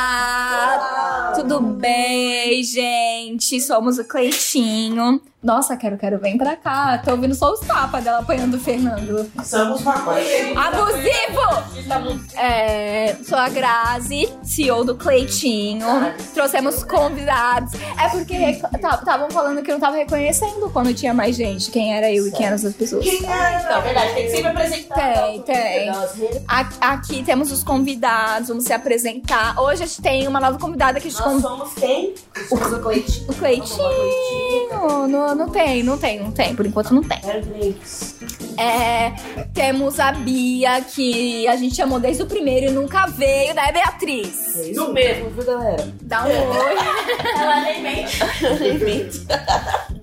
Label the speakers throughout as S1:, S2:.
S1: Olá! Tudo bem, gente? Somos o Cleitinho. Nossa, quero, quero, vem pra cá. Tô ouvindo só os tapas dela apanhando o Fernando.
S2: Somos pacotes.
S1: Abusivo! É, sou a Grazi, CEO do Cleitinho. Trouxemos convidados. É porque estavam falando que eu não tava reconhecendo quando tinha mais gente, quem era eu e quem eram essas pessoas.
S3: Então, verdade, tem que sempre apresentar.
S1: Tem, tem.
S3: Nós
S1: A- Aqui temos os convidados, vamos se apresentar. Hoje a gente tem uma nova convidada que a gente convidou.
S3: somos quem? Somos o Cleitinho.
S1: O Cleitinho. Não, não tem, não tem, não tem. Por enquanto não tem. É, temos a Bia, que a gente chamou desde o primeiro e nunca veio, né, Beatriz?
S3: É Isso mesmo.
S2: Viu, galera?
S1: Dá um oi,
S3: Ela nem mente. Nem mente.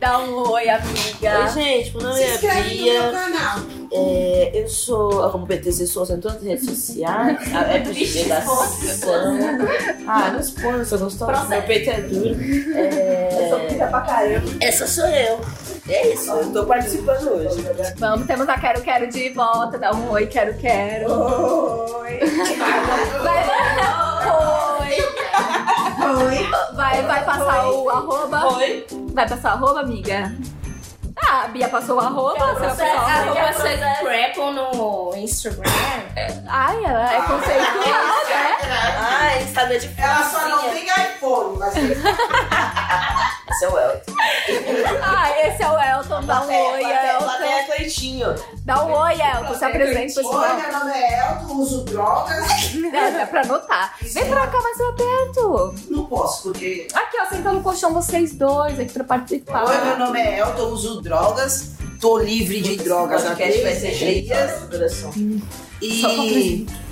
S1: dá um oi,
S3: Oi,
S1: amiga.
S3: gente, meu nome
S2: Se
S3: é
S2: inscreve no meu
S3: Bia.
S2: canal.
S3: É, eu sou a como PTC Souza em todas as redes sociais. Ah, A app de pegação. né? Ah, não expõe, eu sou gostosa. Meu peito é duro. É...
S2: pra caramba.
S3: Essa sou eu. É isso, eu tô participando hoje.
S1: Vamos, temos a Quero Quero de volta, dá um oi, quero quero.
S2: Oi.
S1: Vai, oi.
S2: Oi.
S1: Vai, vai passar o arroba.
S3: Oi.
S1: Vai passar o arroba, amiga? Ah, a Bia passou o arroba, você vai passar o arroba.
S4: Crapple no Instagram.
S1: Ai, ela é conceituada, né?
S3: Ah, Instagram de
S2: Ela só não
S3: focinha.
S2: tem iPhone, mas
S3: Esse é o Elton.
S1: Ai, esse é o Elton, dá um oi, Elton.
S3: Plateia Cleitinho.
S1: Dá um oi, Elton, se apresente pro
S2: Oi,
S1: pessoal.
S2: meu nome é Elton, uso drogas.
S1: É, dá pra notar. Vem pra cá mais pra perto.
S2: Não posso, porque...
S1: Aqui, ó, senta no colchão vocês dois aqui pra participar.
S2: Oi, meu nome é Elton, uso drogas. Tô livre de drogas há 15 dias.
S1: Só
S3: coração.
S1: pra
S2: E...
S1: apresentar.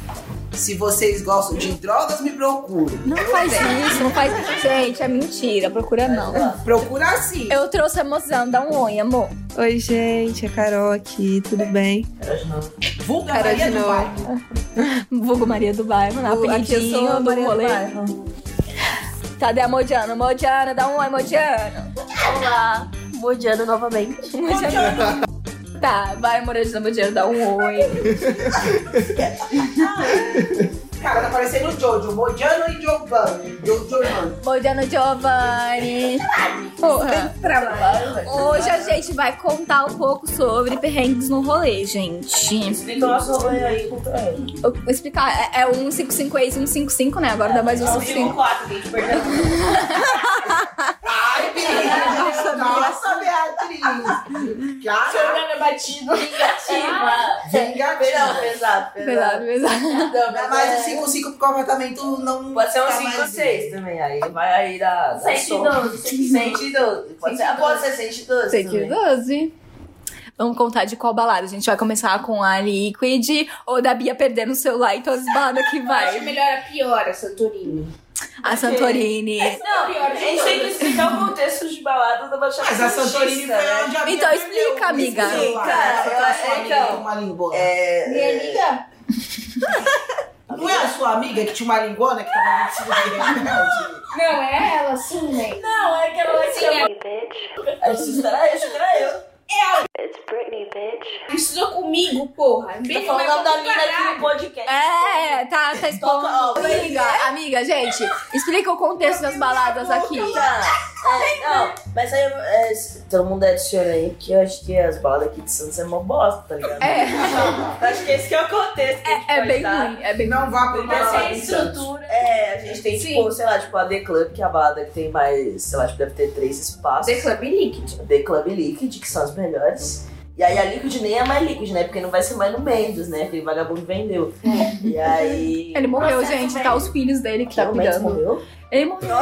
S2: Se vocês gostam de drogas, me procurem.
S1: Não faz isso, não faz. Gente, é mentira, procura não.
S2: Procura assim. sim.
S1: Eu trouxe a emoção, dá um oi, amor.
S5: Oi, gente, é Carol aqui, tudo bem?
S2: Vulga
S5: Cara,
S2: Maria
S5: de
S2: do
S5: novo.
S2: Bairro.
S1: Vulgo Maria do Bairro, na
S5: Aqui eu
S1: apelidinho
S5: sou
S1: do
S5: Maria
S1: rolê.
S5: Bairro.
S1: Cadê a Modiana? Modiana, dá um oi, Modiana.
S3: Olá, Modiano novamente.
S1: Modiana. Tá, vai, Modiana, Modiana, dá um oi.
S2: Cara, tá parecendo o Jojo, Modiano e Giovanni. Jojo, mano.
S1: Modiana Giovanni. Porra. Hoje a gente vai contar um pouco sobre perrengues no rolê, gente.
S3: Explica o nosso rolê aí com ele.
S1: Eu vou explicar. É, é um 55 ex e um 55, né? Agora dá mais um 55.
S3: 4, gente, perdão.
S2: Ai, Beatriz! Nossa, Beatriz! Cara,
S3: Seu batido. Vingativa. Não,
S2: vingativa.
S3: pesado,
S1: Pesado,
S3: pesado.
S1: pesado.
S3: Não,
S2: Mas
S3: mas
S2: o 55 porque o apartamento não.
S3: Pode ser um
S2: tá mais
S3: 5 ou 6 também, aí vai aí da... da
S4: 112,
S3: 112. Pode ser, ah, pode ser 112 também.
S1: 112. né? Vamos contar de qual balada. A gente vai começar com a Liquid ou da Bia perdendo o celular e todas as baladas que
S4: Acho
S1: vai.
S4: melhor a pior, a Santorini.
S1: A Santorini. É,
S3: Não,
S4: É pior
S3: a
S4: de
S3: gente tem que explicar o contexto de balada da Baixada
S2: Mas a
S3: Santista,
S2: Santorini foi
S3: né?
S2: onde a
S1: Então
S2: Bia
S1: explica,
S2: perdeu.
S1: amiga.
S2: Explica,
S3: Cara,
S2: Ela foi com a sua
S3: eu-
S2: amiga
S3: então,
S2: com uma lingona.
S3: É,
S4: Minha
S3: é,
S4: amiga?
S2: Não é a sua amiga que tinha uma lingona que tava vestida de rebelde?
S4: Não, é ela, sim, né?
S3: Não, é aquela lá que
S4: Sim,
S3: eu... Acho que era eu, acho que era é eu.
S4: Estudou comigo, porra.
S3: Tá
S4: Bem,
S3: falando
S4: mas
S3: da
S4: vamos
S3: mina aqui no
S4: parar.
S3: podcast.
S1: É, tá, tá expondo.
S3: Toca, ó,
S1: Amiga, amiga, gente, explica o contexto das baladas aqui.
S3: Tá. É, não, mas aí é, se- todo mundo adiciona aí, porque eu acho que as balas aqui de Santos é uma bosta, tá ligado?
S1: É,
S3: Acho que esse que é o contexto. que a gente
S1: é
S3: pode
S1: bem
S3: dar.
S1: ruim, é bem ruim.
S2: Não vá pro
S3: Mas
S2: balada
S3: é
S2: em
S3: isso.
S2: Santos.
S3: É, a gente tem, tipo, sei lá, tipo a The Club, que é a balada que tem mais, sei lá, tipo, deve ter três espaços.
S4: The Club Liquid.
S3: The Club e Liquid, que são as melhores. E aí a Liquid nem é mais Liquid, né? Porque não vai ser mais no Mendes, né? Porque o vagabundo vendeu. E aí...
S1: Ele morreu,
S4: Processo
S1: gente.
S4: velho.
S1: Tá os filhos dele que tá
S3: o Mendes
S1: cuidando.
S3: morreu?
S1: Ele morreu.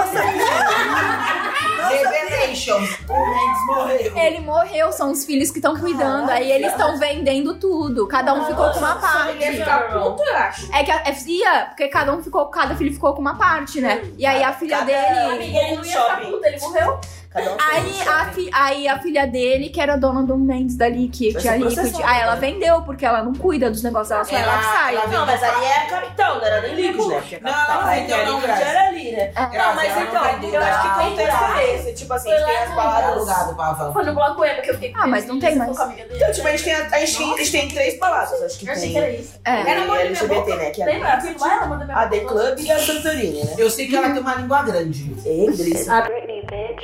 S2: Revelation. O Mendes morreu.
S1: Ele morreu, são os filhos que estão cuidando. Aí eles estão vendendo tudo. Cada um ficou com uma parte.
S3: é
S4: Ele ficar puto, eu acho.
S1: É que a, é, ia, porque cada um ficou, cada filho ficou com uma parte, né? E aí a filha
S3: Cada-
S1: dele.
S3: Amiga, ele não ia ficar puto,
S4: ele morreu.
S3: Cada um
S1: Aí a, fi- aí a filha dele, que era dona do Mendes dali, que
S3: Vai
S1: tinha
S3: ser
S1: Liquid,
S3: processada,
S1: aí ela
S3: né?
S1: vendeu, porque ela não cuida dos negócios dela, só é ela que sai.
S3: Não, mas aí é a capital, não era nem Liquid, né? Porque a capital
S2: Não,
S3: aí
S2: então
S3: era
S2: não,
S3: Liquid,
S2: Grazi.
S3: era ali, né?
S1: É.
S2: Grazi,
S3: Não, mas
S2: ela não vai
S3: então, eu
S2: mudar.
S3: acho que o contexto
S4: Grazi.
S3: é esse. Tipo assim, a
S4: Foi
S3: gente tem as
S4: lá no
S2: Tá
S3: baladas.
S2: alugado, Pavão.
S4: Foi no bloco M que eu fiquei com
S1: Ah, mas
S4: medo
S1: não tem
S4: disso,
S1: mais.
S4: com a amiga dele.
S3: Então, tipo, a gente tem, a, a gente, tem- a gente tem três baladas, acho que
S4: Eu achei
S3: tem.
S4: que era isso.
S1: É.
S4: Era amor de minha boca.
S3: LGBT, né? Que é
S4: Lembra?
S3: a
S4: Ela filmou ela, mandou minha
S3: a The
S4: foto.
S3: Club e a Santorini, né?
S2: Eu sei que ela tem uma língua grande.
S3: Ei, que delícia.
S1: É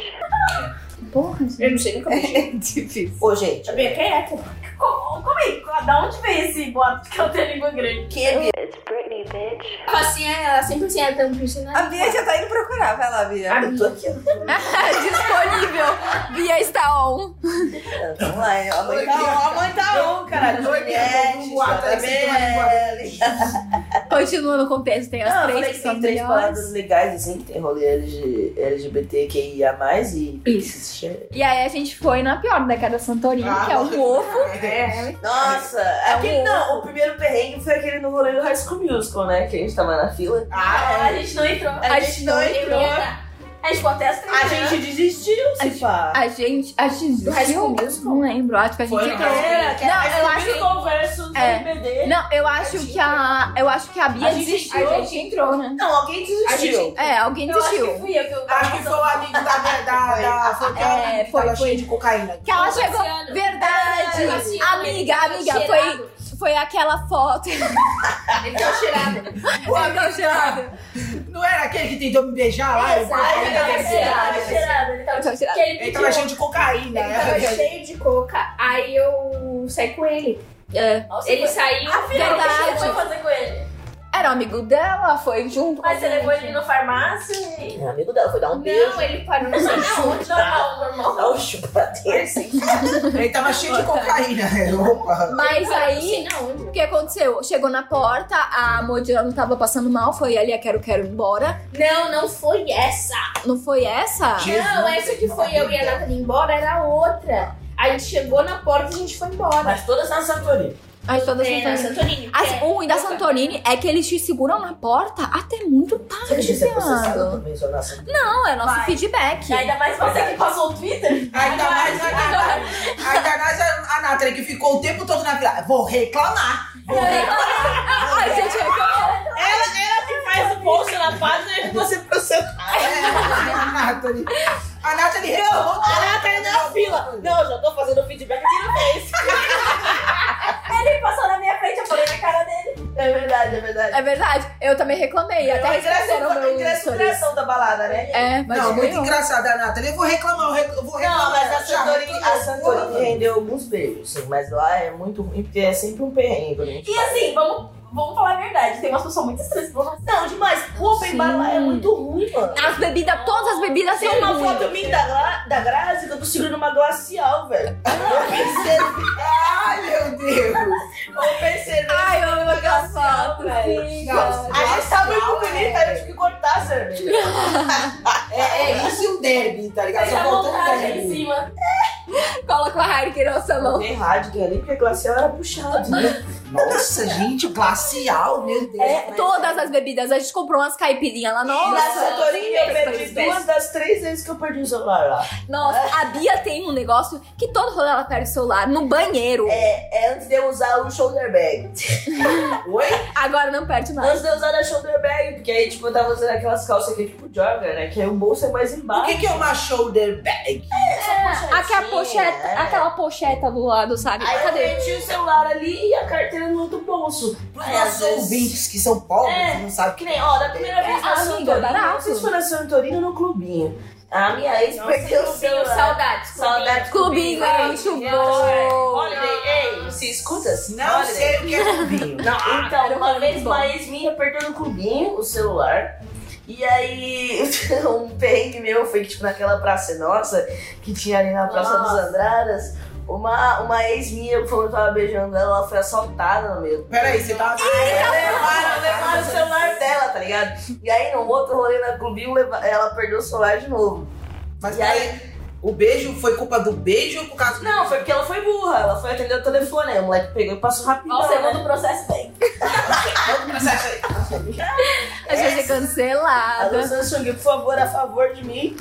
S1: Porra, gente.
S4: Eu não sei nunca mexi.
S3: É
S5: Difícil.
S3: Ô, gente,
S4: Tá bem, quem é? Como, como é? Da onde veio esse boato que eu tenho língua grande?
S3: que é
S4: A passinha, ela sempre assim, ela tem um piercing na
S3: né?
S5: A Bia já tá indo procurar, vai lá, Bia.
S3: Eu tô aqui, ó.
S1: É Disponível. Bia está on.
S3: Vamos lá, hein? A mãe tá
S2: Olha.
S3: on, a mãe tá on, cara.
S2: Olha.
S3: Juliette,
S2: Boato, aí você tem uma
S3: JBL.
S1: Continua no contexto, tem as
S3: Não, eu
S1: três
S3: falei
S1: que
S3: que
S1: são
S3: tem três
S1: melhores.
S3: palavras legais, assim, que tem rolê LG, LGBTQIA+, e...
S1: Isso. E aí a gente foi na pior né? da Casa Santorini,
S2: Ah,
S1: que é o ovo.
S2: É.
S3: Nossa, aquele, não, o primeiro perrengue foi aquele no rolê do High School Musical, né? Que a gente tava na fila.
S2: Ah,
S4: A gente não entrou.
S3: A gente não entrou.
S4: A gente ficou até as três.
S3: A
S4: né?
S3: gente desistiu, se pá.
S1: A gente. A gente.
S3: Do High School
S1: eu
S3: Musical?
S1: Não lembro. Acho que a gente
S2: Foi,
S1: entrou.
S2: né?
S3: Era, que era
S1: Não, eu
S3: High
S1: acho-
S3: School Musical versus
S1: É.
S3: RBD.
S1: Não, eu acho que a. Eu acho que a Bia
S3: A gente
S1: desistiu.
S3: entrou.
S1: entrou, né?
S3: Não, alguém desistiu.
S4: A gente-
S1: É, alguém
S4: Eu acho que
S1: desistiu.
S4: fui eu que eu
S2: Acho que foi o amigo da. da, da foi aquela
S1: É,
S2: amiga que
S1: foi,
S2: tava
S1: foi.
S2: cheia de cocaína.
S1: Que ela chegou.
S4: Luciano.
S1: Verdade!
S4: É, assim,
S1: amiga,
S4: ele
S1: amiga,
S4: tá cheirado.
S1: foi, foi aquela foto.
S4: Ele tá cheirado.
S1: Não, cheirado.
S2: Não era aquele que tentou me beijar lá? Eu-
S4: Ai, ele tava
S3: Ele tá
S4: cheirado,
S3: cheirado.
S4: cheirado. Ele
S1: Ele tá
S4: tava
S1: cheirado.
S4: cheirado. Que ele
S2: Ele
S4: pediu.
S2: tava cheio de cocaína.
S4: Ele tava
S2: né?
S4: cheio de coca. Aí eu saí com ele.
S1: É.
S4: Ele saiu.
S1: Afinal,
S4: o que
S1: verdade.
S4: você foi fazer com ele?
S1: Era um amigo dela, foi junto. com a
S4: Mas você
S1: gente.
S4: levou ele na farmácia e...
S3: O amigo dela foi dar um
S4: Não,
S3: beijo.
S4: ele parou. Não, não, não, normal.
S3: Dá um chupadeiro.
S2: Ele tava cheio de cocaína. né? Opa.
S1: Mas aí.
S4: não,
S1: O que aconteceu? Chegou na porta, a Modiano tava passando mal, foi ali a Quero Quero embora.
S4: não, não foi essa.
S1: Não foi essa?
S4: Não, essa que foi eu e a Nathalie embora era outra. A gente chegou na porta e a gente foi embora.
S3: Mas todas na Santorini.
S1: As todas
S4: É, na
S1: Santorini.
S4: Santorini.
S1: As,
S4: é.
S1: o ruim da Santorini é que eles te seguram na porta até muito
S3: Será que a
S1: tarde,
S3: gente ser processada
S1: viado.
S3: também, só na Santorini?
S1: Não, é nosso
S4: Vai.
S1: feedback.
S4: Ainda mais você que passou o Twitter.
S2: Ainda tá mais a
S4: Agora,
S2: Ainda mais a, a Nathalie que ficou o tempo todo na fila. Vou reclamar.
S1: A gente reclamou.
S3: Faz o bolso na página e você processa.
S2: É, a Nathalie. A Nathalie reclamou.
S3: A Nathalie tá na fila. Não, já tô fazendo o feedback que não fez.
S4: ele passou na minha frente, eu falei na cara dele.
S3: É verdade, é verdade.
S1: É verdade, eu também reclamei. até
S3: o ingresso,
S1: responderam
S3: o
S1: meu
S3: ingresso, o
S1: stories.
S3: ingresso da balada, né?
S1: É, mas
S2: Não, muito
S1: ganhou.
S2: engraçada a Nathalie. Eu vou reclamar, eu rec- eu vou reclamar.
S3: Não, mas a
S2: Já,
S3: Santorini, a
S2: reclamou.
S3: Santorini rendeu alguns beijos, sim, mas lá é muito ruim, porque é sempre um perrengue, né?
S4: E assim, vamos, vamos falar a verdade. Tem umas pessoas muito estranhas. Vamos...
S3: Não, demais. O Open Bar lá é muito ruim, mano.
S1: As bebidas, todas as bebidas
S3: Tem
S1: são
S2: é
S3: uma
S1: ruins.
S3: foto minha da, Gra- da Grazi que eu tô segurando uma glacial, velho.
S2: Ah.
S3: Eu pensei,
S2: Ai, meu Deus.
S3: eu pensei, velho.
S1: Ai, eu amo aquela
S4: assim,
S3: Glacial,
S1: foto.
S3: velho.
S1: sim.
S2: Nossa.
S3: A gente tá muito
S2: Glacial,
S3: bonita,
S2: é.
S3: a gente que cortar a cerveja.
S2: É, é isso e o derby, tá ligado?
S4: Tem
S2: Só
S4: a
S2: voltou o
S4: montagem em
S2: derby.
S4: cima.
S1: Coloca o Harry na
S3: Tá
S1: nossa mão.
S3: Tem rádio ali, né? porque a glacial era né? puxada.
S2: Nossa, gente, glacial, meu Deus.
S1: É, todas as bebidas. A gente comprou umas caipirinhas lá.
S3: E na
S1: Nossa,
S3: Santorini eu perdi
S1: Sim,
S3: duas das três vezes que eu perdi o celular lá.
S1: nossa, a Bia tem um negócio que todo rolê ela perde o celular no banheiro.
S3: É, é antes de eu usar o shoulder bag. Oi?
S1: Agora não perde mais.
S3: Antes de eu usar a shoulder bag, porque aí, tipo, eu tava usando aquelas calças aqui, tipo, jogger, né? Que aí o bolso é mais
S2: O
S3: embaixo.
S2: que, que é uma shoulder bag?
S1: Aquela pocheta,
S3: é.
S1: aquela pocheta do lado, sabe?
S3: Aí eu
S1: Cadê?
S3: meti o celular ali e a carteira no outro bolso.
S2: Para os
S3: É, às
S2: nossos
S3: vezes-
S2: ouvintes que são pobres,
S3: É.
S2: não sabem
S3: Que nem, ó, da primeira vez na
S1: amigo,
S3: Santorino,
S1: É, assim, barato.
S3: não sei se foi na Santorino ou no clubinho. A minha ex
S4: Nossa,
S3: perdeu o
S4: clubinho,
S3: celular.
S4: saudades.
S3: Saudade do
S1: Clubinho é muito bom.
S3: Holiday, ei, se escuta assim,
S2: Não
S3: holiday.
S2: sei o que é clubinho.
S3: Então,
S1: era
S3: uma
S1: muito
S3: vez
S1: bom.
S3: uma ex minha apertou no clubinho o celular. E aí, um perrengue meu foi que, tipo, naquela praça nossa, que tinha ali na Praça dos
S4: Nossa.
S3: Andradas, uma, uma ex minha, quando eu tava beijando ela, ela foi assaltada no meio.
S2: Peraí, você tá- é, tava.
S3: tá Levaram, levaram o celular dela, tá ligado? E aí, no outro rolê na clubinho, leva- ela perdeu o celular de novo.
S2: Mas
S3: E aí?
S2: peraí, o beijo foi culpa do beijo ou por causa do.
S3: Não, foi porque ela foi burra, ela foi atender o telefone, aí o moleque pegou e passou rapidão.
S4: Ó, o
S3: né?
S4: segundo processo bem.
S1: A gente é
S3: Alô,
S1: cancelada.
S3: Samsung, por favor, a favor de mim.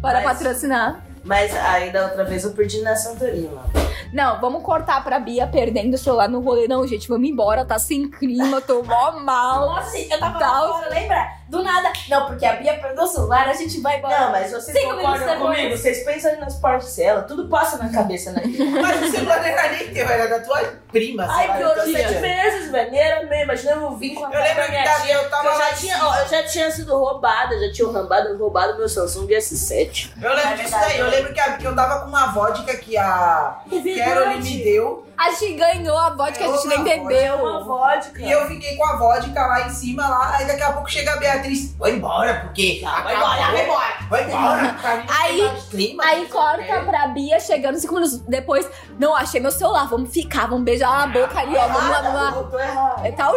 S1: Bora
S3: Mas-
S1: patrocinar.
S3: Mas aí da outra vez eu perdi na Santorini, mano.
S1: Não, vamos cortar pra Bia perdendo o celular no rolê. Não, gente, vamos embora, tá sem clima, tô mó mal.
S4: Nossa, assim, eu tava
S1: Tá.
S4: lá fora, lembra? Do nada. Não, porque a Bia perdeu o celular, a gente vai embora.
S3: Não, mas vocês
S4: Cinco minutos
S3: concordam
S4: depois.
S3: comigo? Vocês pensam nas parcelas, tudo passa na cabeça, né?
S2: Mas o celular não era nem teu, era da tua prima. sei lá,
S3: Ai, piorou
S2: da tua
S3: sete
S2: tia.
S3: vezes, velho. Nem era mesmo, mas não eu vim com a
S2: Eu lembro
S3: da
S2: que
S3: minha
S2: da-
S3: tia,
S2: eu tava
S3: que eu já
S2: lá em
S3: tinha,
S2: cima.
S3: ó, eu já tinha sido roubada, já tinha roubado, roubado meu Samsung S7.
S2: Eu lembro
S3: É
S2: disso
S3: verdade.
S2: daí. Eu lembro que, a- que eu tava com uma vodka que a Carolyn me deu.
S1: A gente ganhou a vodka, a gente nem
S3: Uma
S1: bebeu.
S3: vodka.
S2: E eu fiquei com a vodka lá em cima, lá. Aí daqui a pouco chega a Beatriz. Vai embora, porque.
S3: Ah, vai
S2: acabou.
S3: embora, vai embora.
S2: Vai embora. Tá vindo
S1: Aí-
S2: mais clima,
S1: Aí
S2: né?
S1: corta pra Bia chegando cinco minutos depois. Não, achei meu celular, vamos ficar, vamos beijar a boca ali, ó. Vamos lá, vamos lá.
S3: Eu tô errado.
S1: É taurina,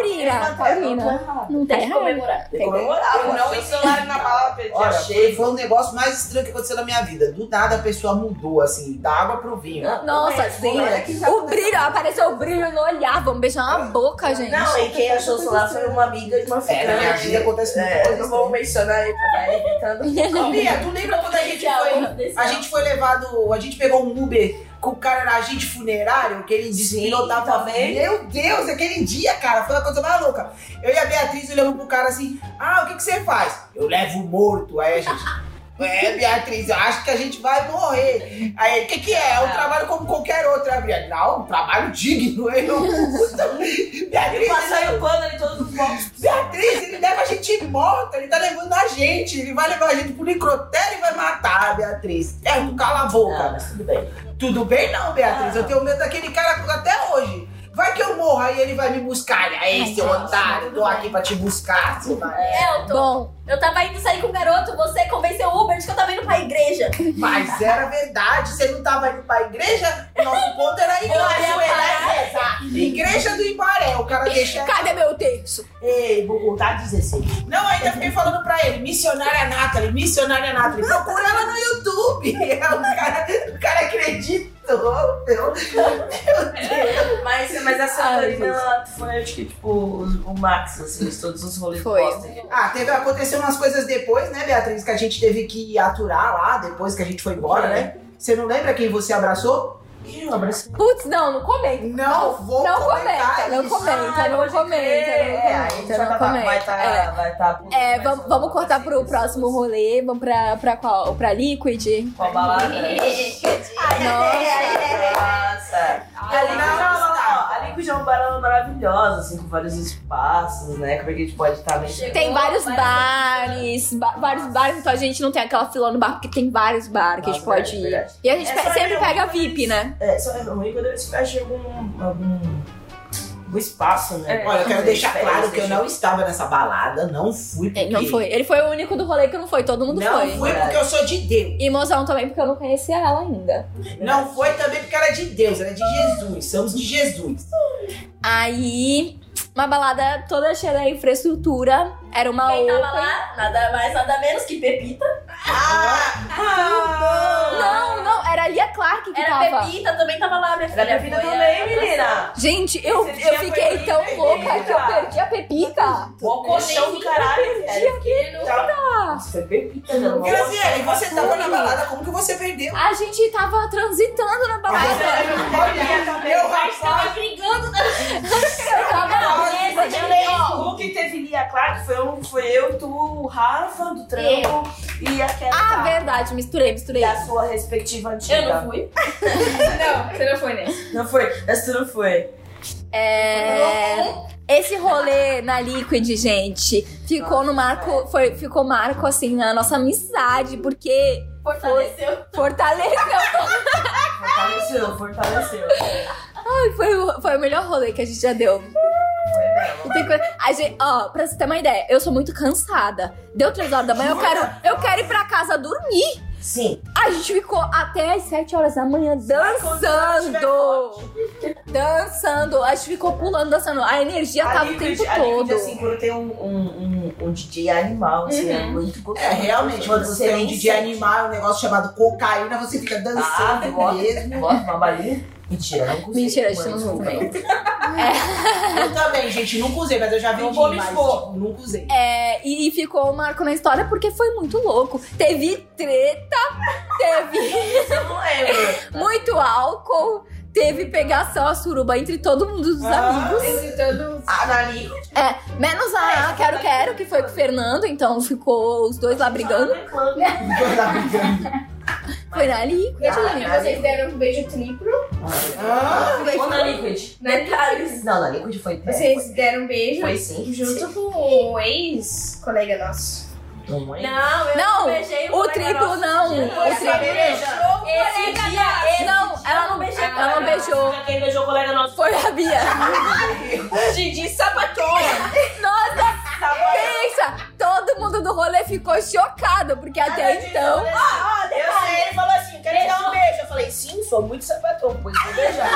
S1: taurina. Não tá errado.
S4: comemorar.
S3: Tem que comemorar,
S2: Eu não
S3: mano.
S2: celular na palavra perdi. Olha,
S3: Achei.
S2: foi um negócio mais estranho que aconteceu na minha vida. Do nada a pessoa mudou, assim, da água pro vinho.
S1: Nossa, sim.
S3: Olha que já
S1: O brilho, apareceu o brilho no olhar. Vamos beijar na boca, gente.
S3: Não, e quem achou o celular foi uma amiga de uma
S2: É, na minha vida
S3: ficante.
S2: acontece muita
S3: É,
S2: coisa
S3: não vou
S2: estranha.
S3: mencionar aí, tá evitando.
S2: Bia, tu lembra quando a gente foi. A gente foi levado. A gente pegou um Uber com o cara na agente funerário, que ele despilotava a
S3: também.
S2: Meu Deus, aquele dia, cara, foi uma coisa mais louca. Eu e a Beatriz olhamos pro cara assim: ah, o que, que você faz? Eu levo o morto. Aí a gente. É, Beatriz, eu acho que a gente vai morrer. Aí, ele, o que, que é? É um trabalho como qualquer outro. Aí, a Beatriz, não, um trabalho digno. Aí Eu, puta, Beatriz,
S3: Passei o pano ali todo os fogos.
S2: Beatriz, ele leva a gente morta, ele tá levando a gente, ele vai levar a gente pro necrotério e vai matar a Beatriz. É, tu cala a boca.
S3: mas tudo bem.
S2: Tudo bem não, Beatriz,
S3: Ah.
S2: eu tenho medo daquele cara até hoje. Vai que eu morro, aí ele vai me buscar. Aí, seu otário, tô aqui pra te buscar. seu mar-
S4: Elton,
S1: Bom,
S4: eu tava indo sair com o garoto, você convenceu o Uber de que eu tava indo pra igreja.
S2: Mas era verdade, você não tava indo pra igreja? Nosso ponto era a igreja.
S4: Olha,
S3: é-
S2: Igreja do Ibaré, o cara deixa...
S1: cadê meu texto?
S2: Ei, vou
S3: tá
S2: contar 16. Não, ainda fiquei falando pra ele,
S1: é
S2: missionária Nathalie, missionária Nathalie. Procura ela no YouTube. É O cara, o cara acreditou, meu.
S3: Mas, mas a
S1: Ai,
S3: Santorina,
S1: Jesus.
S3: ela foi, acho que, tipo, o, o Max, assim, de todos os rolês
S1: Foi.
S3: postos.
S2: Ah, teve, aconteceu umas coisas depois, né, Beatriz, que a gente teve que aturar lá, depois que a gente foi embora,
S1: É.
S2: né? Você não lembra quem você abraçou?
S3: Eu abracei.
S1: Putz, não, não comenta.
S2: Não vou
S1: Não
S2: comentar
S1: comenta, não
S2: isso.
S1: comenta,
S3: Ai,
S1: não
S3: pode
S1: comenta, não
S3: crer. É, aí a gente
S1: comenta,
S3: já
S1: não
S3: tá- vai
S1: comenta.
S3: tá-
S1: É.
S3: vai tá-
S1: É,
S3: vai
S1: vamos,
S3: tá-
S1: vamos cortar pro
S3: vai ser
S1: próximo
S3: isso.
S1: rolê, vamos pra, pra qual? Pra Liquid?
S3: Qual balada? né? Nossa! A Liquid, não, não, não, não. A Liquid é uma balada maravilhosa, assim, com vários espaços, né? Como é que a gente pode estar mexendo?
S1: Tem
S4: Ó,
S1: vários
S4: vai-
S1: bares, ba- vários bares, então a gente não tem aquela fila no bar, porque tem vários bares que a gente
S3: Nossa,
S1: pode
S3: é
S1: ir.
S3: verdade.
S1: E a gente
S3: É
S1: pe-
S3: só
S1: sempre
S3: ir
S1: pega
S3: algumas
S1: VIP, né?
S3: É, só é ruim quando eles fecham algum, algum, algum espaço, né?
S2: Olha, eu quero
S3: Eles
S2: deixar
S3: fecham,
S2: claro que eu
S3: deixam-
S2: não estava nessa balada, não fui.
S1: Ele É, não
S2: porque-
S1: foi. Ele foi o único do rolê que não foi, todo mundo
S2: Não
S1: foi.
S2: fui porque eu sou de Deus.
S1: E mozão também, porque eu não conhecia ela ainda.
S2: Não foi também porque era de Deus, era de Jesus. Somos de Jesus.
S1: Aí, uma balada toda cheia da infraestrutura. Era uma
S4: Quem tava
S1: open.
S4: lá, nada mais, nada menos que Pepita.
S2: Ah,
S3: Ah,
S1: Não, não, era a Lia Clark que
S4: Era
S1: tava.
S4: Pepita, também tava lá, minha filha.
S3: Era minha vida
S4: Foi a-
S3: também, menina!
S1: Gente, eu,
S3: Esse
S1: eu
S3: dia foi
S1: fiquei
S3: horrível,
S1: tão
S3: hein,
S1: louca que eu
S3: cara?
S1: perdi a pepita.
S3: Mó colchão do caralho, velho. Você é pepita, não.
S2: Graziele, você tava na balada, como que você perdeu?
S1: A gente tava transitando na balada.
S2: Meu
S4: A
S1: tá
S4: gente tava
S2: rapaz,
S4: brigando tá? na
S1: Eu tava
S4: mesa de leão.
S3: O que teve Lia Clark foi, um, foi eu, tu, o Rafa do trampo e aquela
S1: Ah,
S3: da-
S1: verdade, misturei, misturei.
S3: da sua respectiva antiga.
S4: Eu não fui. não, você não foi nesse.
S3: Não foi? Essa tu não foi.
S1: É, Esse rolê na Liquid, gente, ficou no marco, foi, ficou marco assim na nossa amizade, porque
S4: Fortaleceu.
S1: fortaleceu.
S3: Fortaleceu, fortaleceu.
S1: Ai, Foi, o- foi o melhor rolê que a gente já deu.
S3: Foi bela.
S1: Não tem coisa- A gente, ó, pra você ter uma ideia, eu sou muito cansada. Deu três horas da manhã, eu quero, eu quero ir pra casa dormir.
S3: Sim.
S1: A gente ficou até as 7 horas da manhã dançando. Dançando. A gente ficou pulando, dançando. A energia
S3: A
S1: tava o
S3: Liquid-
S1: tempo
S3: a Liquid,
S1: todo.
S3: assim, quando tem um, um, um, um DJ animal, assim, é
S4: Uhum.
S3: muito gostoso.
S2: É, realmente, quando você tem um
S3: nem
S2: DJ
S3: sente.
S2: animal, um negócio chamado cocaína, você fica
S3: Ah,
S2: dançando
S3: bota,
S2: mesmo.
S3: bota uma balinha.
S2: Mentira, eu nunca usei.
S1: Mentira, a gente
S2: Mano,
S1: não usa.
S2: desculpa. Eu também, gente, nunca usei, mas eu já vi
S1: Não
S2: um bolo
S1: vi,
S2: de
S1: mas,
S2: fogo. Nunca usei.
S1: É, e e ficou um marco na história porque foi muito louco. Teve treta, teve
S3: Eu não lembro.
S1: muito álcool, teve pegação a suruba entre todo mundo dos amigos. É,
S2: amigos.
S3: Ah, Nali.
S1: Menos a Quero Quero, que foi com o Fernando, então ficou os dois lá brigando. Foi na ali.
S4: Gente, vocês deram um beijo triplo.
S2: Ah,
S3: Ou na Liquid.
S4: Detalhes.
S3: Não, na Liquid foi.
S4: Vocês deram um beijo
S3: Foi sim.
S4: junto com o ex-colega nosso.
S3: Não, é?
S4: Não, eu
S1: Não,
S4: beijei
S1: O triplo não. O
S4: Você
S1: triplo.
S4: beijou o
S3: Esse
S4: colega
S3: dia,
S4: nosso.
S3: esse
S1: Não, ela não beijou. Ela não beijou.
S3: Quem beijou o colega nosso?
S1: Foi a Bia.
S4: Didi Sabaton.
S1: Nossa, pensa! Todo mundo do rolê ficou chocado, porque até então.
S3: Ah, eu sei, ele falou assim, quer me dar um beijo? Eu falei, sim, sou muito sapatão, pois vou beijar.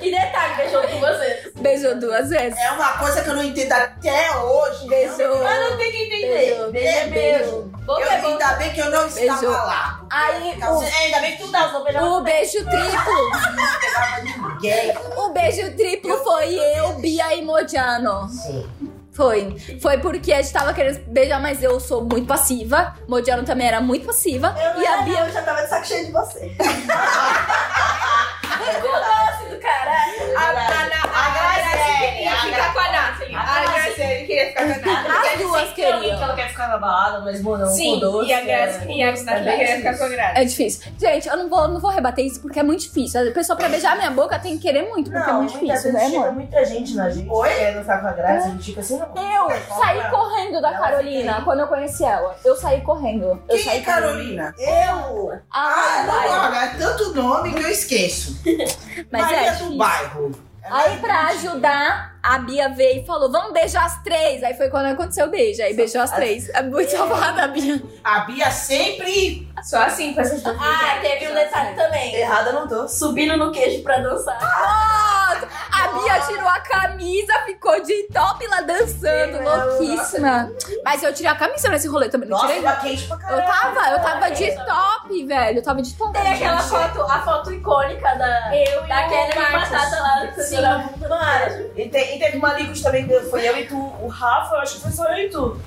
S4: E detalhe, beijou duas vezes.
S1: Beijou duas vezes.
S2: é uma coisa que eu não entendo até hoje.
S1: Beijou.
S4: Mas não tem que entender.
S1: Beijou.
S2: É beijo.
S4: Bom,
S2: Eu,
S4: é bom.
S2: ainda bem que eu não estava
S1: Beijou.
S2: lá. porque
S1: Aí,
S2: eu ficava
S1: o-
S2: sem
S3: É, ainda bem que tu dá, eu vou beijar.
S1: O beijo triplo.
S2: pegar ninguém.
S1: O beijo triplo foi eu, Bia e Modiano.
S3: Sim.
S1: Foi. Foi porque a gente tava querendo beijar, mas eu sou muito passiva. Modiano também era muito passiva.
S5: Eu não
S1: E a
S5: era,
S1: Bia.
S5: não, eu já tava de saco cheio de você.
S4: é do caralho.
S5: A,
S1: Ah, tá,
S4: A Grazi queria
S5: a
S4: ficar com a Nathalie.
S1: tá,
S4: A Grazi queria ficar com a Nathalie.
S1: As duas
S3: Queria.
S4: um
S1: queriam.
S3: Que
S5: então.
S3: ela quer ficar na balada, mas, mano, é um
S4: Sim, e a Grazi e a Nathalie queria ficar com a Grazi.
S1: É difícil. Gente, eu não vou, não vou rebater isso porque é muito difícil. A pessoa pra beijar minha boca tem que querer muito, porque é muito difícil, né, amor? É.
S3: muita gente na gente.
S2: Oi?
S3: Quer não ficar com a Grazi, a gente fica assim, não.
S1: Eu saí correndo da
S3: Não,
S1: Carolina quando eu conheci ela. Eu saí correndo. Eu
S2: Quem
S1: saí
S2: é Carolina?
S5: Eu!
S1: Ah,
S2: Ah,
S1: vai.
S2: não, olha, é tanto nome que eu esqueço.
S1: Mas
S2: Maria
S1: é
S2: do
S1: difícil.
S2: bairro.
S1: Aí pra ajudar, a Bia veio e falou: vamos beijar as três. Aí foi quando aconteceu o beijo. Aí beijou as três. É muito safada a Bia.
S2: A Bia sempre.
S4: Só assim com essas duas.
S6: Ah, teve um detalhe também.
S5: Errada eu não tô.
S6: Subindo no queijo pra dançar.
S1: Nossa! A Bia tirou a camisa, ficou de top lá dançando, louquíssima. Mas eu tirei a camisa nesse rolê também, não
S2: Nossa,
S1: tirei?
S2: ela quente pra caralho.
S1: Eu tava, eu tava de top, velho. Eu tava de top.
S6: Tem aquela foto, a foto icônica da,
S4: Eu e
S6: da Kelly
S4: o
S6: com
S4: Marcos.
S6: batata lá. que você jogava.
S3: Mano, e, te- e teve uma Liquid também, que foi eu e tu, o Rafa, eu acho que foi só eu e tu.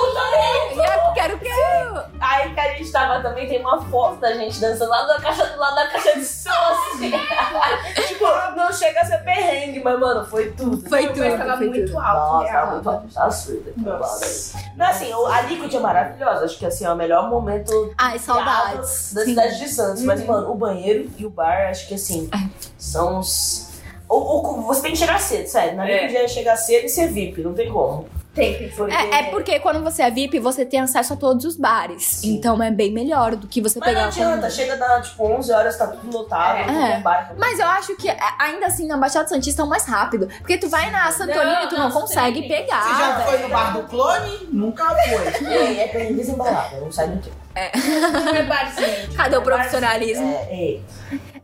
S1: Eu quero, quero.
S3: Aí que a gente tava também, tem uma foto da gente dançando lá da caixa, lá da caixa de som, assim. tipo, não chega a ser perrengue, mas, mano, foi tudo.
S1: Foi
S4: Mas
S1: tudo,
S4: tava
S1: foi tudo.
S4: muito alto,
S3: Nossa,
S4: real.
S3: ela foi muito absurda. Não, assim, o- a Liquid é maravilhosa. Acho que, assim, é o melhor momento
S1: Ai,
S3: da
S1: saudades. Sim. Uhum.
S3: cidade de Santos. Mas, mano, o banheiro e o bar, acho que, assim, são os... Ou, você tem que chegar cedo, sério. Na
S4: É.
S3: Liquid é chegar cedo e ser VIP, não tem como.
S4: Tem que
S3: Porque-
S1: É, é porque quando você é VIP, você tem acesso a todos os bares.
S3: Sim.
S1: Então é bem melhor do que você
S3: Mas não
S1: pegar.
S3: adianta, chega da, tipo, 11 horas, tá tudo lotado,
S4: É.
S3: tudo no bar.
S1: Mas eu acho que é, ainda assim na Baixada Santista é o mais rápido. Porque tu vai na Santorini e tu não,
S6: não,
S1: consegue
S6: sim.
S1: pegar.
S2: Você já foi
S1: velho.
S2: no bar do clone? Nunca foi.
S3: E aí é perrengue desembalado, não sai do que.
S4: comer barzinho.
S1: Cadê o profissionalismo?
S3: É,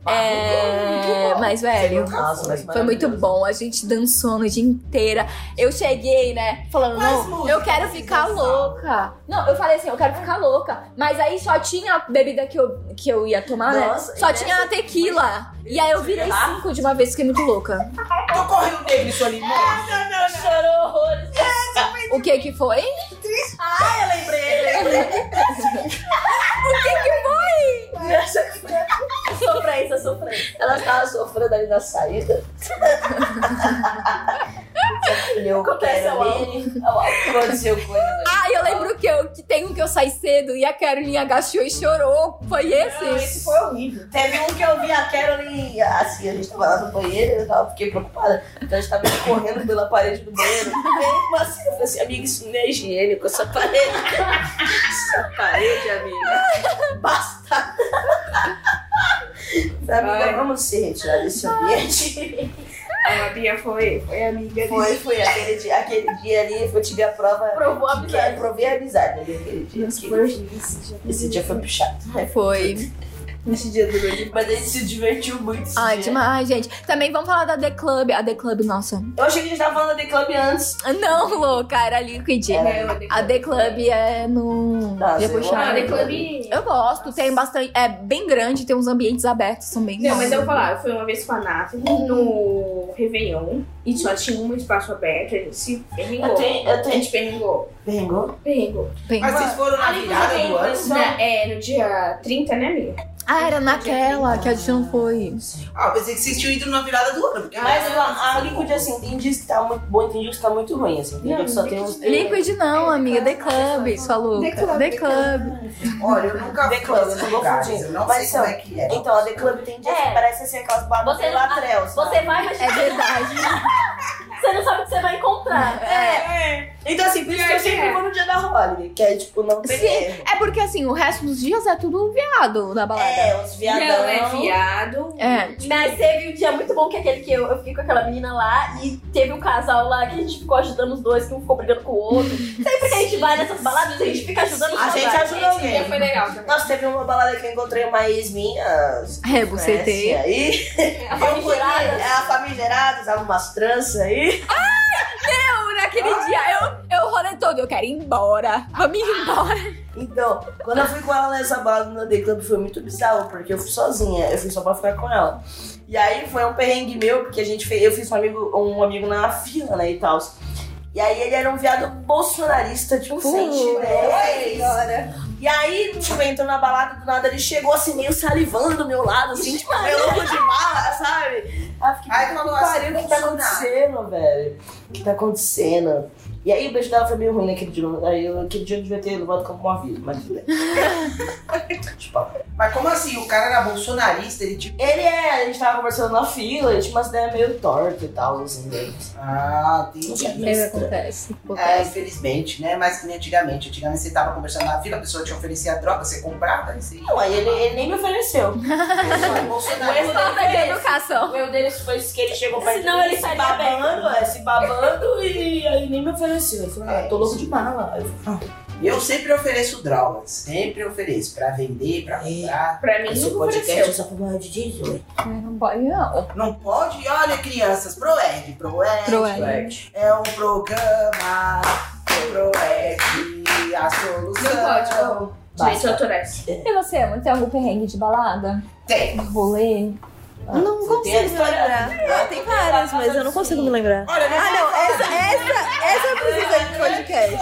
S2: Uhum.
S1: É, mas velho.
S3: Nossa, mas
S1: Foi muito
S3: maravilhoso.
S1: bom, a gente dançou no dia inteira. Eu cheguei, né, falando,
S2: Quais
S1: não,
S2: músicas
S1: eu quero
S2: vocês
S1: ficar
S2: dançavam?
S1: louca. Não, eu falei assim, eu quero ficar louca. Mas aí só tinha a bebida que eu, que eu ia tomar,
S3: Nossa,
S1: né? Só
S3: e
S1: tinha a tequila. E aí eu virei cinco de uma vez, fiquei muito louca.
S2: Tô correndo dele, Solimão.
S3: É,
S6: Chorou horrores.
S1: O que que foi?
S3: Eu lembrei,
S1: O que que foi?
S6: Sofrência, sofrência.
S3: ela tava sofrendo ali na saída. Meu
S6: Acontece,
S3: cara,
S6: é o
S3: ele- Aconteceu coisa. né?
S1: Ah, eu lembro que, eu, que tem um que eu saí cedo e a Caroline agachou e chorou. Foi esse?
S3: Isso foi horrível. Teve um que eu vi a Carolyn, assim, a gente tava lá no banheiro, eu tava, fiquei preocupada. Então a gente tava correndo pela parede do banheiro. E aí, uma assim, eu falei assim, amiga, isso não é higiênico, essa parede. essa parede, amiga. Basta. amiga, vamos se retirar desse ambiente.
S4: A
S5: né,
S4: Bia foi, foi amiga
S3: Foi, foi aquele dia, aquele dia ali, eu tive a prova.
S4: Provou a
S3: Que é, eu provei a amizade ali aquele dia. Aquele dia. Esse dia foi puxado.
S1: Foi.
S3: Nesse dia do Gordinho, mas a gente se divertiu muito. esse
S1: Ai,
S3: dia.
S1: demais, gente. Também vamos falar da The Club. A The Club, nossa.
S3: Eu achei que a gente tava falando da The Club antes.
S1: Não, louca, era Liquid. A The Club é no.
S3: Tá,
S1: Ia
S3: sei
S1: puxar.
S3: lá.
S5: Ah, The Club.
S1: Eu gosto, tem bastante. É bem grande, tem uns ambientes abertos também.
S5: Não, mas eu vou falar, eu fui uma vez com a Nath no Réveillon e só tinha um espaço aberto, a gente se
S3: Eu
S5: perrengou.
S3: tenho. Eu
S5: A
S3: tenho.
S5: gente perrengou.
S3: Vengou?
S5: Perrengou.
S1: Bem-
S7: Mas vocês foram na
S3: Ali você
S7: virada
S3: tem
S7: do ano?
S3: impressão-
S5: Na- é, no dia 30, né, amiga?
S1: Ah, era naquela que a gente não foi.
S7: Ah, eu pensei que vocês tinham ido na virada do ano. porque-
S3: Mas eu, a Liquid, assim, tem dias que tá muito bom e tem dias que tá muito ruim, assim. Tem
S5: Não,
S3: dias que só tem uns.
S1: Liquid não, amiga, The Club, sua louca.
S2: The Club,
S1: É, The
S2: The
S1: Club.
S7: ah, Olha, eu nunca
S3: The
S7: fui
S3: Club,
S7: nesses
S3: eu tô
S7: lugares,
S3: confundindo.
S7: Eu não
S3: Mas
S7: sei como
S3: então-
S7: é que é.
S3: Então, a The Club tem dias
S4: É.
S3: que parece assim aquelas barbas
S4: Você- ah,
S3: de latrel. sabe?
S4: Você vai, mas
S1: É verdade.
S4: você não sabe o que você vai encontrar.
S3: É. Então, assim, por isso que eu
S5: Pior que
S3: sempre
S5: é.
S3: vou no dia da Holiday, que é tipo, não tem
S1: Sim.
S3: erro.
S1: É porque assim, o resto dos dias é tudo viado da balada.
S3: É, os viadão.
S5: Não, é fiado.
S1: É.
S4: Mas teve um dia muito bom que é aquele que eu, eu fiquei com aquela menina lá e teve um casal lá que a gente ficou ajudando os dois, que um ficou brigando com o outro. Sempre que a gente vai nessas baladas, a gente fica ajudando os
S3: A gente
S4: casais.
S3: ajuda
S5: Esse dia
S3: alguém.
S5: foi legal também.
S3: Nossa, teve uma balada que eu encontrei uma ex minha.
S1: Rebucetei.
S3: conhece aí.
S4: A
S3: Eu fui
S4: famigerada.
S3: é a famigerada, usava umas tranças aí.
S1: Eu, naquele dia, eu, eu rolei todo, eu quero ir embora. Vamos embora.
S3: Então, quando eu fui com ela nessa balada no The Club, foi muito bizarro, porque eu fui sozinha, eu fui só pra ficar com ela. E aí foi um perrengue meu, porque a gente fez, eu fiz um amigo, um amigo na fila, né, e tal. E aí ele era um viado bolsonarista, tipo, sem chinês.
S2: Senhora.
S3: E aí, tipo, entrou na balada, do nada ele chegou assim, meio salivando do meu lado, assim, tipo, meio louco de marra, sabe? Aí eu Ah, fiquei,
S7: Aí falou assim,
S3: pariu, o que tá
S7: funcionário.
S3: acontecendo, velho? O que tá acontecendo? E aí o beijo dela foi meio ruim naquele dia. Aí eu, aquele dia eu devia ter levado como uma vida, mas tudo bem. Tipo,
S7: Mas como assim? O cara era bolsonarista, ele tipo.
S3: ele é, a gente tava conversando na fila, ele tinha umas ideias meio tortas e tal, assim, dele.
S7: Ah, entendi.
S1: acontece.
S7: É, infelizmente, né? Mais que nem antigamente. Antigamente você tava conversando na fila, a pessoa te oferecia a droga, você comprava, isso aí.
S3: Não, aí ele, ele nem me ofereceu.
S7: Bolsonaro.
S1: Falta de educação.
S3: O erro deles foi esse que ele chegou perto
S4: Senão
S3: de mim,
S4: ele
S3: se
S4: estaria
S3: babando, é, se babando e aí nem me ofereceu. Eu falei, ah, tô louco de bala. Eu falei,
S7: Eu sempre ofereço drogas, sempre ofereço, pra vender, pra comprar.
S5: Pra mim,
S3: ah,
S5: não
S3: esse podcast é só pro maior de 18.
S1: Não pode, não.
S7: Não pode? Olha, crianças, Proerd, Proerd.
S1: Proerd.
S7: É um programa, Proerd, a
S3: é
S7: solução.
S5: Não
S7: pode.
S5: Direitos autorais.
S1: E você, amor, tem algum perrengue de balada?
S7: Tem.
S1: Rolê?
S2: Não
S3: Tem a
S2: consigo
S3: história-
S2: lembrar. Ah, tem várias, mas eu não consigo
S1: assim.
S2: me lembrar.
S7: Olha,
S2: Ah, não, essa, essa, essa precisa de podcast.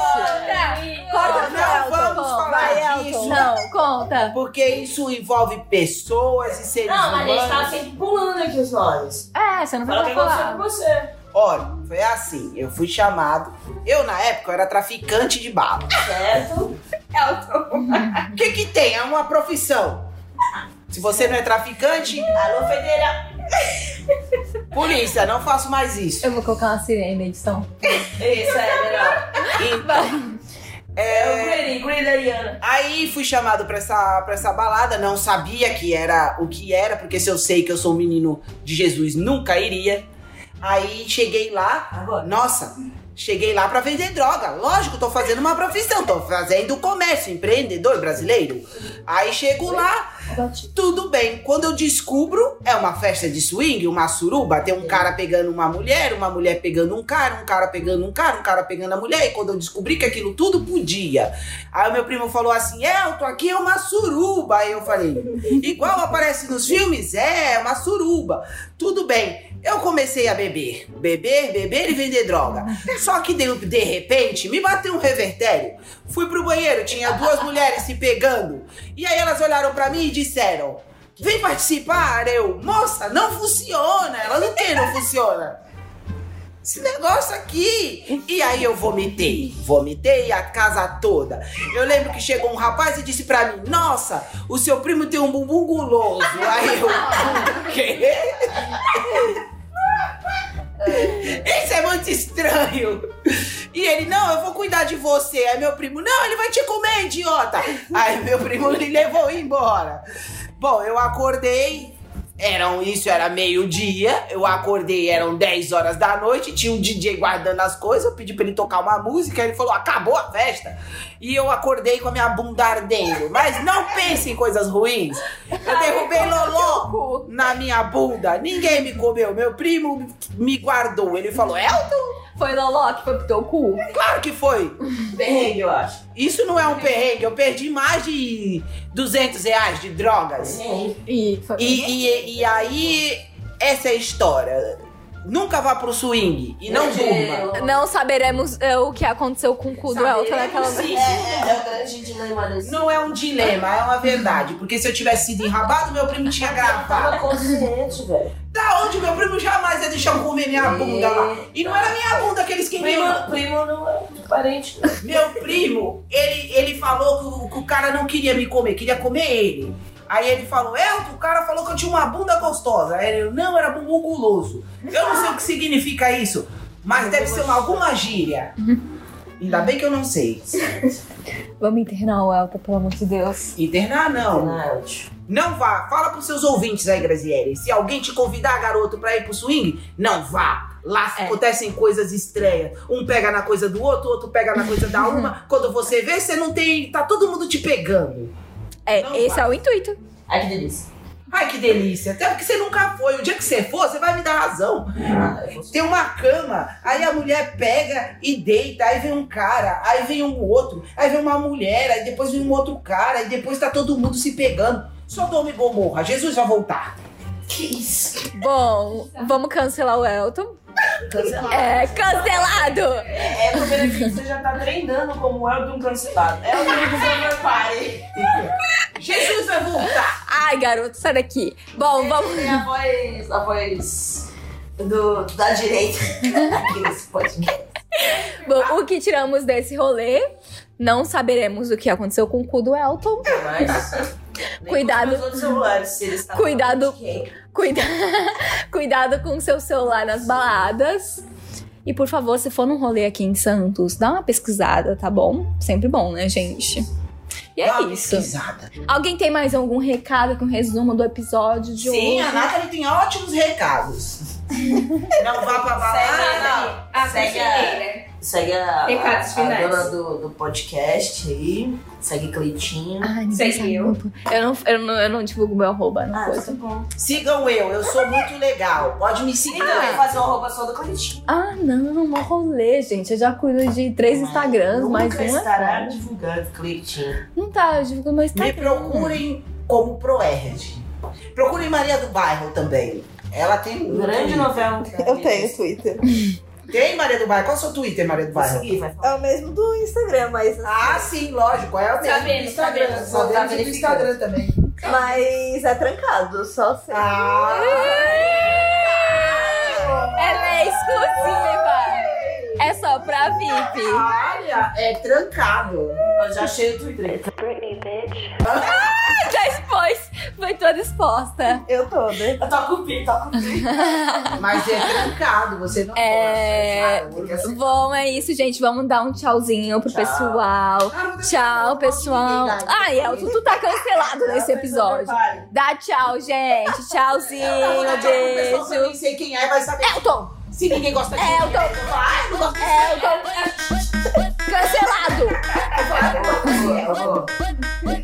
S2: Corta
S7: Não,
S2: pra Elton.
S7: vamos falar
S2: Vai,
S7: disso.
S2: Elton.
S1: Não, conta.
S7: Porque isso envolve pessoas e seres
S4: Não, mas a
S7: humanos.
S4: gente
S3: tá assim-
S4: tava sempre
S3: Pulando aqui os nomes.
S1: É, você não
S3: Fala o
S1: vai
S3: que aconteceu
S1: falar.
S3: com você.
S7: Olha, foi assim, eu fui chamado. Eu, na época, eu era traficante de bala.
S3: Certo?
S7: O que que tem? É uma profissão. Se você não é traficante,
S3: Alô, Federal.
S7: polícia, não faço mais isso.
S1: Eu vou colocar uma sirene na edição.
S3: Isso, é, Federal. É o
S7: É,
S3: Guri, Guri da Ariana.
S7: aí fui chamado pra essa, pra essa balada, não sabia que era o que era, porque se eu sei que eu sou um menino de Jesus, nunca iria. Aí cheguei lá,
S3: Agora.
S7: Nossa, cheguei lá pra vender droga. Lógico, tô fazendo uma profissão, tô fazendo comércio, empreendedor brasileiro. Aí chego lá, tudo bem. Quando eu descubro, é uma festa de swing, uma suruba, tem um cara pegando uma mulher, uma mulher pegando um cara, um cara pegando um cara, um cara pegando a mulher. E quando eu descobri que aquilo tudo podia, aí o meu primo falou assim: "É, eu tô aqui é uma suruba". Aí eu falei: "Igual aparece nos filmes, é, é uma suruba". Tudo bem. Eu comecei a beber, beber, beber e vender droga. Só que de, de repente me bateu um revertério. Fui pro banheiro, tinha duas mulheres se pegando. E aí elas olharam pra mim e disseram: Vem participar, eu, moça, não funciona. Elas o que não funciona? Esse negócio aqui. E aí eu vomitei, vomitei a casa toda. Eu lembro que chegou um rapaz e disse pra mim: Nossa, o seu primo tem um bumbum guloso. Aí eu, o quê? Isso é muito estranho. E ele, não, eu vou cuidar de você. Aí meu primo, não, ele vai te comer, idiota. Aí meu primo me levou embora. Bom, eu acordei.
S2: Eram isso, era meio-dia. Eu acordei, eram 10 horas da noite. Tinha um DJ guardando as coisas. Eu pedi pra ele tocar uma música. Ele falou: acabou a festa. E eu acordei com a minha bunda ardendo. Mas não pense em coisas ruins. Eu derrubei Loló na minha bunda. Ninguém me comeu. Meu primo me guardou. Ele falou: é
S1: Foi Loló que foi pro teu cu?
S2: claro que foi.
S3: Perrengue, eu acho.
S2: Isso não é um perrengue. Eu perdi mais de 200 reais de drogas.
S3: Perrengue.
S1: E foi.
S2: E, e- e aí, essa é a história. Nunca vá pro swing e
S3: É,
S2: não durma.
S1: Não saberemos é, o que aconteceu com o cu do Elton naquela vez.
S3: É, é, é o grande dilema desse.
S2: Não é um dilema, é uma verdade. Porque se eu tivesse sido enrabado, meu primo tinha gravado.
S3: Tava consciente, velho.
S2: Da onde meu primo jamais ia deixar eu comer minha bunda lá. E não era minha bunda que eles queriam.
S3: Primo, primo não é parente, não.
S2: Meu primo, ele, ele falou que o, que o cara não queria me comer, queria comer ele. Aí ele falou, é, o cara falou que eu tinha uma bunda gostosa. Aí ele, não, era bumbum guloso. Eu não sei o que significa isso, mas deve ser uma, alguma gíria. Ainda bem que eu não sei.
S1: Vamos internar o Elton, pelo amor de Deus.
S2: Internar, não.
S3: Não, né,
S2: Não vá. Fala pros seus ouvintes aí, Graziele. Se alguém te convidar, garoto, pra ir pro swing, não vá. Lá
S3: É.
S2: acontecem coisas estranhas. Um pega na coisa do outro, outro pega na coisa da uma. Quando você vê, você não tem. Tá todo mundo te pegando.
S1: É,
S2: Não
S1: esse
S2: vai.
S1: é o intuito.
S3: Ai, que delícia.
S2: Ai, que delícia. Até porque você nunca foi. O dia que você for, você vai me dar razão. Tem uma cama, aí a mulher pega e deita, aí vem um cara, aí vem um outro, aí vem uma mulher, aí depois vem um outro cara, e depois tá todo mundo se pegando. Só dorme Gomorra, Jesus vai voltar.
S3: Que isso?
S1: Bom, vamos cancelar o Elton. É, cancelado!
S3: É, é a primeira vez que você já tá treinando como o Elton cancelado. É o amigo do meu pai.
S2: Jesus vai voltar.
S1: Ai, garoto, sai daqui. Bom, vamos.
S3: Tem a voz. A voz. Do, da direita. Aqui nesse podcast.
S1: Bom, o que tiramos desse rolê? Não saberemos o que aconteceu com o cu do Elton.
S3: Mas. nem
S1: Cuidado.
S3: com os outros celulares, se eles estavam
S1: Cuidado.
S3: falando de quem.
S1: Cuida... Cuidado com seu celular nas baladas. E por favor, se for num rolê aqui em Santos, dá uma pesquisada, tá bom? Sempre bom, né, gente? E é
S2: Dá uma
S1: isso.
S2: pesquisada.
S1: Alguém tem mais algum recado com resumo do episódio de
S2: Sim, a
S1: hoje?
S2: Nathalie tem ótimos recados. Não vá pra
S3: Sério?
S2: balada.
S3: não.
S4: A
S3: Segue a-
S5: né?
S4: cozinheira.
S3: Segue a, a,
S4: Recados
S3: a
S4: finais.
S3: dona do, do podcast aí. Segue Cleitinho.
S1: Ai, ninguém
S4: Segue
S1: sabe.
S4: eu.
S1: Eu não, eu, não, eu não divulgo meu arroba,
S2: Ah,
S1: não coisa.
S3: bom.
S2: Sigam eu, eu sou muito legal. Pode me
S3: E também
S2: seguir. né?
S3: fazer uma roupa só do Cleitinho.
S1: Ah, não, mó rolê, gente. Eu já cuido de três Instagrams,
S3: Nunca
S1: mas um é
S3: estará
S1: foda.
S3: divulgado Cleitinho.
S1: Não tá, eu divulgo meu
S2: Me
S1: Instagram.
S2: procurem como ProErd. Procurem Maria do Bairro também. Ela tem um
S3: Grande
S2: Twitter.
S3: novela.
S5: Eu tenho Twitter.
S2: Tem Maria do Bairro? Qual é o seu Twitter, Maria do
S3: Vai
S2: Bairro?
S3: seguir, vai falar.
S5: É o mesmo do Instagram, mas.
S2: Ah, sim, lógico. É o mesmo
S4: Sabemos,
S2: do Instagram.
S4: sabemos.
S2: Sabemos
S3: Tá
S2: do
S3: verificado.
S2: Instagram também.
S5: Mas é trancado, só sei.
S2: Ah,
S1: Ela é exclusiva. É só pra VIP.
S2: olha, é trancado.
S3: Eu já achei o Twitter.
S1: Já expôs. Foi toda exposta.
S5: Eu né? toda.
S3: Eu tô com o Pi, tô com o Pi.
S2: Mas é trancado, você não
S1: É.
S2: pode. você sabe, você-
S1: Bom, é isso, gente. Vamos dar um tchauzinho pro
S3: Tchau.
S1: pessoal.
S2: Cara, você-
S1: Tchau, pessoal. Ai, Elton, tu tá cancelado nesse episódio. Dá tchau, gente. Tchauzinho,
S2: Pessoal, eu
S1: beijo.
S2: nem sei quem é, vai saber.
S1: Elton!
S2: Se ninguém gosta de
S1: Elton!
S2: mim, eu falo, ai, não gosto de
S4: É,
S1: Elton! Cancelado!
S3: Por favor, por favor.
S1: Tchau!